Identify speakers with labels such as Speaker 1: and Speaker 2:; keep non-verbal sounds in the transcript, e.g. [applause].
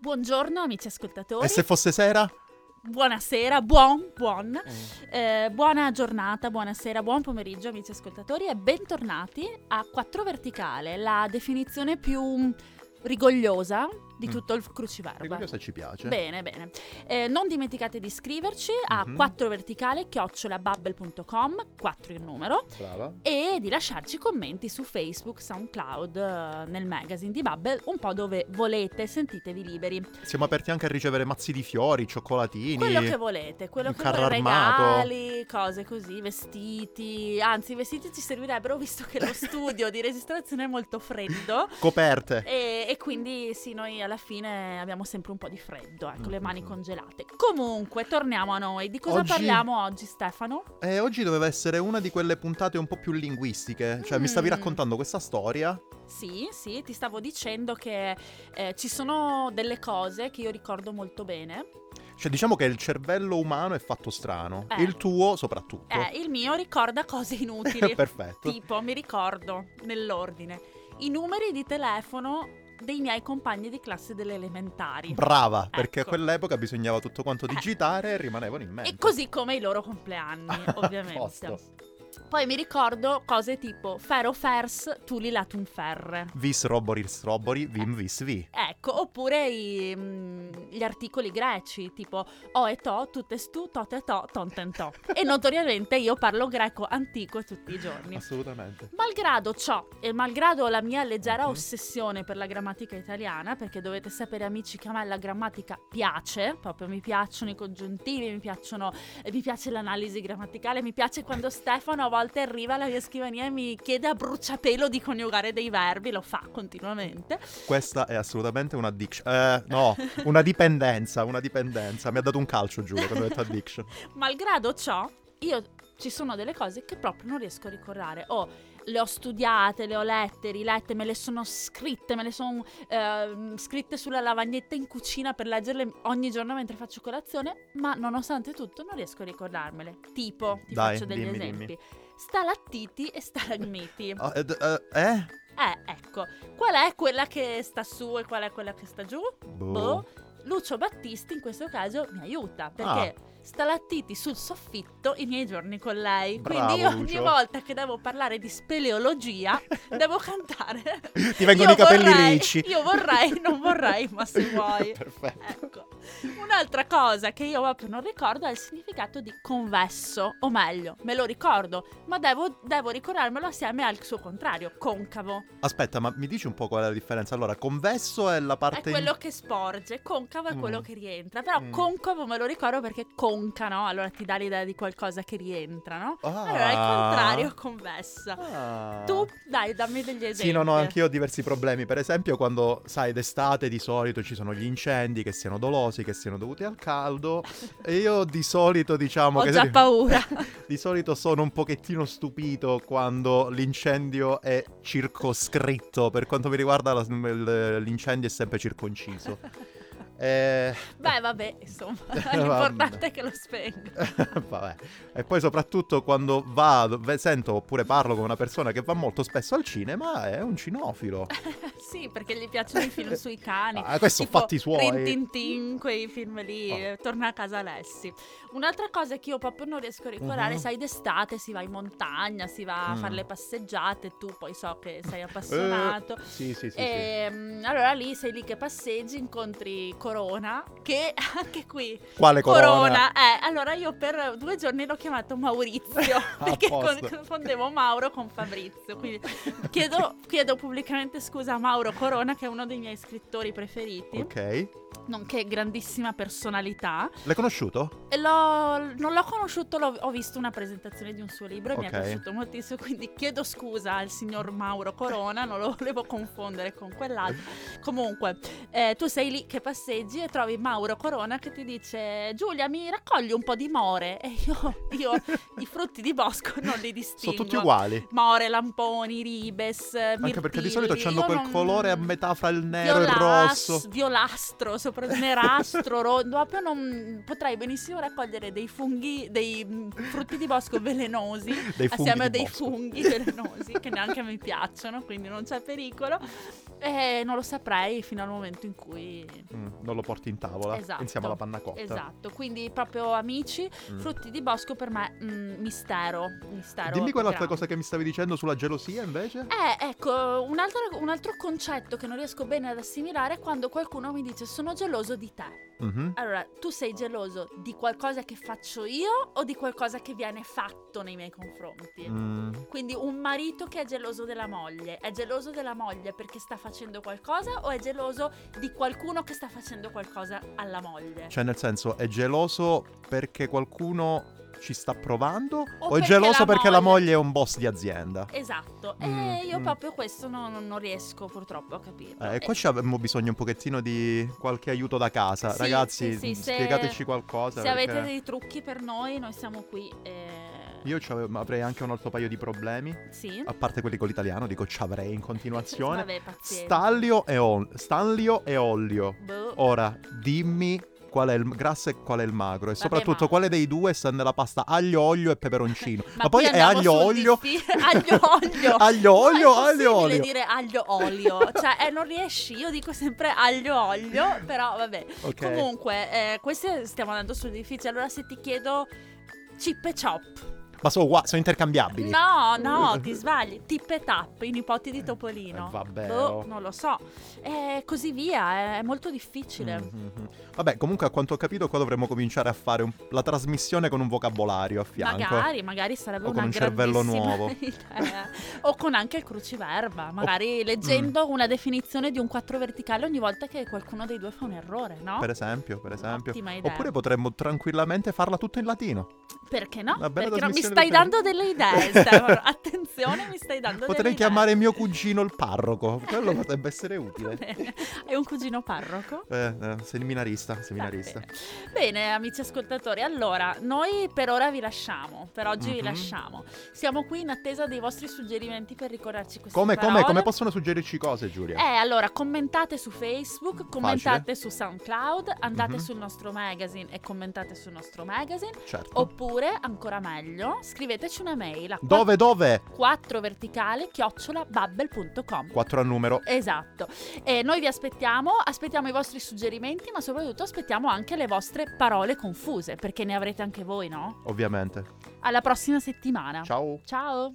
Speaker 1: Buongiorno amici ascoltatori.
Speaker 2: E se fosse sera?
Speaker 1: Buonasera, buon, buon. Eh, buona giornata, buonasera, buon pomeriggio amici ascoltatori e bentornati a 4 Verticale, la definizione più rigogliosa di
Speaker 2: Mm.
Speaker 1: tutto il cruciverba.
Speaker 2: Rigogliosa ci piace.
Speaker 1: Bene, bene. Eh, non dimenticate di iscriverci a
Speaker 2: Mhm.
Speaker 1: 4verticale chiocciolabubble.com, 4 il numero,
Speaker 2: Brava.
Speaker 1: e di lasciarci commenti su Facebook, SoundCloud, eh, nel magazine di Bubble, un po' dove volete, sentitevi liberi.
Speaker 2: Siamo aperti anche a ricevere mazzi di fiori, cioccolatini.
Speaker 1: Quello che volete, quello
Speaker 2: un
Speaker 1: che
Speaker 2: carro
Speaker 1: volete,
Speaker 2: armato.
Speaker 1: regali, cose così, vestiti, anzi i vestiti ci servirebbero visto che lo
Speaker 2: [laughs]
Speaker 1: studio di registrazione è molto freddo.
Speaker 2: Coperte.
Speaker 1: E, e quindi sì, noi alla fine abbiamo sempre un po' di freddo, ecco, le mani
Speaker 2: Mhm.
Speaker 1: congelate. Comunque, torniamo a noi. Di cosa
Speaker 2: Oggi-
Speaker 1: parliamo oggi, Stefano?
Speaker 2: E oggi doveva essere una di quelle puntate un po' più linguistiche. Cioè, mi stavi
Speaker 1: Mm.
Speaker 2: raccontando questa storia.
Speaker 1: Sì, sì, ti stavo dicendo che eh, ci sono delle cose che io ricordo molto bene.
Speaker 2: Cioè, diciamo che il cervello umano è fatto strano.
Speaker 1: Eh.
Speaker 2: Il tuo soprattutto. [laughs]
Speaker 1: Eh, il mio ricorda cose inutili.
Speaker 2: Perfetto.
Speaker 1: tipo, mi ricordo, nell'ordine, i numeri di telefono dei miei compagni di classe delle elementari.
Speaker 2: Brava, perché a
Speaker 1: Ecco.
Speaker 2: quell'epoca bisognava tutto quanto
Speaker 1: Eh.
Speaker 2: digitare e rimanevano in mente.
Speaker 1: E così come i loro compleanni,
Speaker 2: Ah,
Speaker 1: ovviamente.
Speaker 2: posto.
Speaker 1: Poi mi ricordo cose tipo Fero Fers, Tuli Latum Ferre.
Speaker 2: Vis roboris robori, vim vis vi.
Speaker 1: Ecco, oppure i, mm, gli articoli greci, tipo o e to, tuttes tu, tote to, tonten to. e notoriamente io parlo greco antico tutti i giorni.
Speaker 2: Assolutamente.
Speaker 1: Malgrado ciò e malgrado la mia leggera
Speaker 2: Mhm.
Speaker 1: ossessione per la grammatica italiana, perché dovete sapere amici che a me la grammatica piace, proprio mi piacciono i congiuntivi, mi, piacciono, eh, mi piace l'analisi grammaticale, mi piace quando Stefano a volte arriva alla mia scrivania e mi chiede a bruciapelo di coniugare dei verbi, lo fa continuamente.
Speaker 2: Questa è assolutamente una addiction. Eh, no, una dipendenza, una dipendenza. Mi ha dato un calcio, giuro, quando ho detto
Speaker 1: [laughs]
Speaker 2: addiction.
Speaker 1: Malgrado ciò, io ci sono delle cose che proprio non riesco a ricordare. O le ho studiate, le ho lette, rilette, me le sono scritte, me le sono ehm, scritte sulla lavagnetta in cucina per leggerle ogni giorno mentre faccio colazione, ma nonostante tutto non riesco a ricordarmele. Tipo, ti
Speaker 2: Dai,
Speaker 1: faccio degli
Speaker 2: dimmi,
Speaker 1: esempi.
Speaker 2: dimmi.
Speaker 1: Stalattiti e stalagmiti.
Speaker 2: Ah, ed- eh? eh?
Speaker 1: Eh, ecco. Qual è quella che sta su e qual è quella che sta giù?
Speaker 2: Boh.
Speaker 1: Boh. Lucio Battisti in questo caso mi aiuta
Speaker 2: Ah.
Speaker 1: perché stalattiti sul soffitto i miei giorni con lei.
Speaker 2: Bravo,
Speaker 1: Quindi io ogni
Speaker 2: Lucio.
Speaker 1: volta che devo parlare di
Speaker 2: [laughs]
Speaker 1: speleologia devo cantare.
Speaker 2: Ti vengono
Speaker 1: Io
Speaker 2: i capelli
Speaker 1: vorrei-
Speaker 2: ricci.
Speaker 1: Io vorrei, non vorrei, ma se
Speaker 2: [laughs]
Speaker 1: vuoi.
Speaker 2: Perfetto.
Speaker 1: Ecco. Un'altra cosa che io proprio non ricordo è il significato di convesso, o meglio, me lo ricordo, ma devo, devo ricordarmelo assieme al suo contrario, concavo.
Speaker 2: Aspetta, ma mi dici un po' qual è la differenza? Allora, convesso è la parte...
Speaker 1: È
Speaker 2: in-
Speaker 1: quello che sporge, concavo è
Speaker 2: Mm.
Speaker 1: quello che rientra. Però
Speaker 2: Mm.
Speaker 1: concavo me lo ricordo perché conca, no? Allora ti dà l'idea di qualcosa che rientra, no?
Speaker 2: Ah.
Speaker 1: Allora al contrario, convessa.
Speaker 2: Ah.
Speaker 1: Tu, dai, dammi degli esempi.
Speaker 2: Sì, no, no, anch'io ho diversi problemi. Per esempio, quando, sai, d'estate di solito ci sono gli incendi che siano dolosi, che siano dovuti
Speaker 1: [laughs]
Speaker 2: al caldo. e io di solito, diciamo...
Speaker 1: Ho
Speaker 2: che [laughs]
Speaker 1: già paura.
Speaker 2: Di solito sono un pochettino stupito quando l'incendio è circoscritto. Per quanto mi riguarda, la- il- l'incendio è
Speaker 1: [laughs]
Speaker 2: sempre circonciso. Eh, [laughs]
Speaker 1: Beh, vabbè, insomma,
Speaker 2: Vabbè.
Speaker 1: l'importante è che lo spenga.
Speaker 2: Vabbè. E poi soprattutto quando vado, ve- sento oppure parlo con una persona che va molto spesso al cinema, è un
Speaker 1: [laughs]
Speaker 2: cinofilo.
Speaker 1: sì, perché gli piacciono i film sui cani.
Speaker 2: Ah, questi sono
Speaker 1: Tipo
Speaker 2: fatti suoi.
Speaker 1: Rin Tin Tin, quei film lì,
Speaker 2: Ah.
Speaker 1: eh, torna a casa Alessi. Un'altra cosa che io proprio non riesco a ricordare,
Speaker 2: Mhm.
Speaker 1: sai, d'estate si va in montagna, si va a
Speaker 2: Mm.
Speaker 1: fare le passeggiate, tu poi so che sei
Speaker 2: Eh,
Speaker 1: appassionato.
Speaker 2: sì, sì, sì, sì.
Speaker 1: E mm, allora lì sei lì che passeggi, incontri Corona, che [laughs] anche qui
Speaker 2: Quale corona? [laughs]
Speaker 1: eh, allora io per due giorni l'ho chiamato Maurizio
Speaker 2: [laughs] Ah, A
Speaker 1: perché con-
Speaker 2: posto.
Speaker 1: confondevo Mauro con Fabrizio. Quindi
Speaker 2: [laughs]
Speaker 1: chiedo, chiedo pubblicamente scusa a Mauro Corona, che è uno dei miei scrittori preferiti,
Speaker 2: Ok.
Speaker 1: nonché grandissima personalità.
Speaker 2: L'hai conosciuto?
Speaker 1: E l'ho- non l'ho conosciuto, l'ho- ho visto una presentazione di un suo libro e mi è
Speaker 2: Ok.
Speaker 1: piaciuto moltissimo. Quindi chiedo scusa al signor Mauro Corona, non lo volevo confondere con quell'altro. Comunque, eh, tu sei lì che passeggi e trovi Mauro Corona che ti dice: Giulia, mi raccogli un po' di more. E io, io i frutti di bosco non li distingo.
Speaker 2: Sono tutti uguali.
Speaker 1: More, lamponi, ribes,
Speaker 2: Anche perché di solito hanno quel colore a metà fra il nero e il
Speaker 1: Violas-
Speaker 2: rosso.
Speaker 1: violastro, sopra nerastro, ro- proprio non potrei benissimo raccogliere dei funghi, dei mm, frutti di bosco velenosi
Speaker 2: Dei
Speaker 1: assieme a
Speaker 2: di
Speaker 1: dei
Speaker 2: bosco.
Speaker 1: funghi velenosi che neanche mi piacciono, quindi non c'è pericolo. E non lo saprei fino al momento in cui
Speaker 2: [laughs] Mm. non lo porti in tavola
Speaker 1: Esatto.
Speaker 2: insieme alla panna cotta.
Speaker 1: Esatto, quindi proprio amici,
Speaker 2: Certo. Mm.
Speaker 1: frutti di bosco per me mm, mistero, mistero.
Speaker 2: Dimmi quell'altra
Speaker 1: grande.
Speaker 2: cosa che mi stavi dicendo sulla gelosia invece.
Speaker 1: Eh, ecco, un altro, un altro concetto che non riesco bene ad assimilare è quando qualcuno mi dice sono geloso di te.
Speaker 2: Mhm.
Speaker 1: Allora, tu sei geloso di qualcosa che faccio io o di qualcosa che viene fatto nei miei confronti?
Speaker 2: Mm.
Speaker 1: Quindi un marito che è geloso della moglie, è geloso della moglie perché sta facendo qualcosa o è geloso di qualcuno che sta facendo qualcosa alla moglie?
Speaker 2: Cioè, nel senso, è geloso perché qualcuno ci sta provando o, è
Speaker 1: perché
Speaker 2: geloso
Speaker 1: la
Speaker 2: perché la
Speaker 1: moglie-
Speaker 2: moglie è un boss di azienda?
Speaker 1: Esatto,
Speaker 2: Mm,
Speaker 1: e io
Speaker 2: mm.
Speaker 1: proprio questo non, non riesco purtroppo a capirlo.
Speaker 2: Eh,
Speaker 1: E-
Speaker 2: e qua ci avremmo bisogno un pochettino di qualche aiuto da casa.
Speaker 1: Sì,
Speaker 2: Ragazzi,
Speaker 1: sì, sì, se-
Speaker 2: spiegateci qualcosa.
Speaker 1: Se avete
Speaker 2: perché
Speaker 1: dei trucchi per noi, noi siamo qui. eh,
Speaker 2: Io c'ave- ma avrei anche un altro paio di problemi.
Speaker 1: Sì.
Speaker 2: A parte quelli con l'italiano, dico ci avrei in continuazione.
Speaker 1: Vabbè, pazienza.
Speaker 2: Stallio e, ol- Stanlio e Ollio.
Speaker 1: Boh.
Speaker 2: Ora, dimmi qual è il grasso e qual è il magro. E soprattutto
Speaker 1: ma-
Speaker 2: quale dei due sta nella pasta aglio, olio e peperoncino. ma,
Speaker 1: [laughs] Ma
Speaker 2: poi
Speaker 1: qui
Speaker 2: è
Speaker 1: andiamo
Speaker 2: aglio,
Speaker 1: sul
Speaker 2: olio.
Speaker 1: diffi- [laughs] aglio, olio.
Speaker 2: [laughs] aglio,
Speaker 1: No,
Speaker 2: olio,
Speaker 1: Cioè, è
Speaker 2: aglio,
Speaker 1: impossibile
Speaker 2: olio.
Speaker 1: dire aglio olio, cioè eh, non riesci, io dico sempre aglio olio, però vabbè.
Speaker 2: [laughs] Ok.
Speaker 1: Comunque, eh, queste stiamo andando sul difficile, allora se ti chiedo chip e chop.
Speaker 2: Ma sono ugua- sono intercambiabili.
Speaker 1: No, no, ti sbagli, tip e tap, i nipoti di Topolino.
Speaker 2: Eh, vabbè,
Speaker 1: Boh,
Speaker 2: oh.
Speaker 1: non lo so. E così via, è molto difficile.
Speaker 2: Mhm, mhm. Vabbè, comunque a quanto ho capito qua dovremmo cominciare a fare un- la trasmissione con un vocabolario a fianco.
Speaker 1: Magari, magari sarebbe
Speaker 2: O con
Speaker 1: una
Speaker 2: un cervello
Speaker 1: grandissima [laughs]
Speaker 2: nuovo.
Speaker 1: idea. o con anche il cruciverba,
Speaker 2: mm.
Speaker 1: magari leggendo una definizione di un quattro verticale ogni volta che qualcuno dei due fa un errore, no?
Speaker 2: Per esempio, per esempio.
Speaker 1: Ah. Ottima idea.
Speaker 2: Oppure potremmo tranquillamente farla tutto in latino.
Speaker 1: Perché no?
Speaker 2: Una bella
Speaker 1: Perché no? Mi
Speaker 2: trasmissione
Speaker 1: stai
Speaker 2: per-
Speaker 1: dando delle
Speaker 2: [laughs]
Speaker 1: idee, Stefano. Attenzione, mi stai dando delle
Speaker 2: Potrei
Speaker 1: idee.
Speaker 2: chiamare mio cugino il parroco. Quello potrebbe essere
Speaker 1: [laughs]
Speaker 2: utile.
Speaker 1: Bene. Hai un cugino parroco?
Speaker 2: Eh, eh, seminarista, seminarista.
Speaker 1: Va Bene. Bene, amici ascoltatori, allora noi per ora vi lasciamo, per oggi vi
Speaker 2: Mhm.
Speaker 1: lasciamo. Siamo qui in attesa dei vostri suggerimenti per ricordarci queste
Speaker 2: Come, come,
Speaker 1: parole.
Speaker 2: come possono suggerirci cose, Giulia?
Speaker 1: Eh, allora, commentate su Facebook, commentate su SoundCloud, andate
Speaker 2: Mhm.
Speaker 1: sul nostro magazine e commentate sul nostro magazine.
Speaker 2: certo.
Speaker 1: Oppure, ancora meglio, scriveteci una mail a
Speaker 2: Dove, dove?
Speaker 1: 4 verticale chiocciolabubble.com.
Speaker 2: Quattro a numero.
Speaker 1: Esatto, e noi vi aspettiamo, aspettiamo i vostri suggerimenti, ma soprattutto aspettiamo anche le vostre parole confuse, perché ne avrete anche voi, no?
Speaker 2: Ovviamente.
Speaker 1: Alla prossima settimana.
Speaker 2: Ciao.
Speaker 1: Ciao.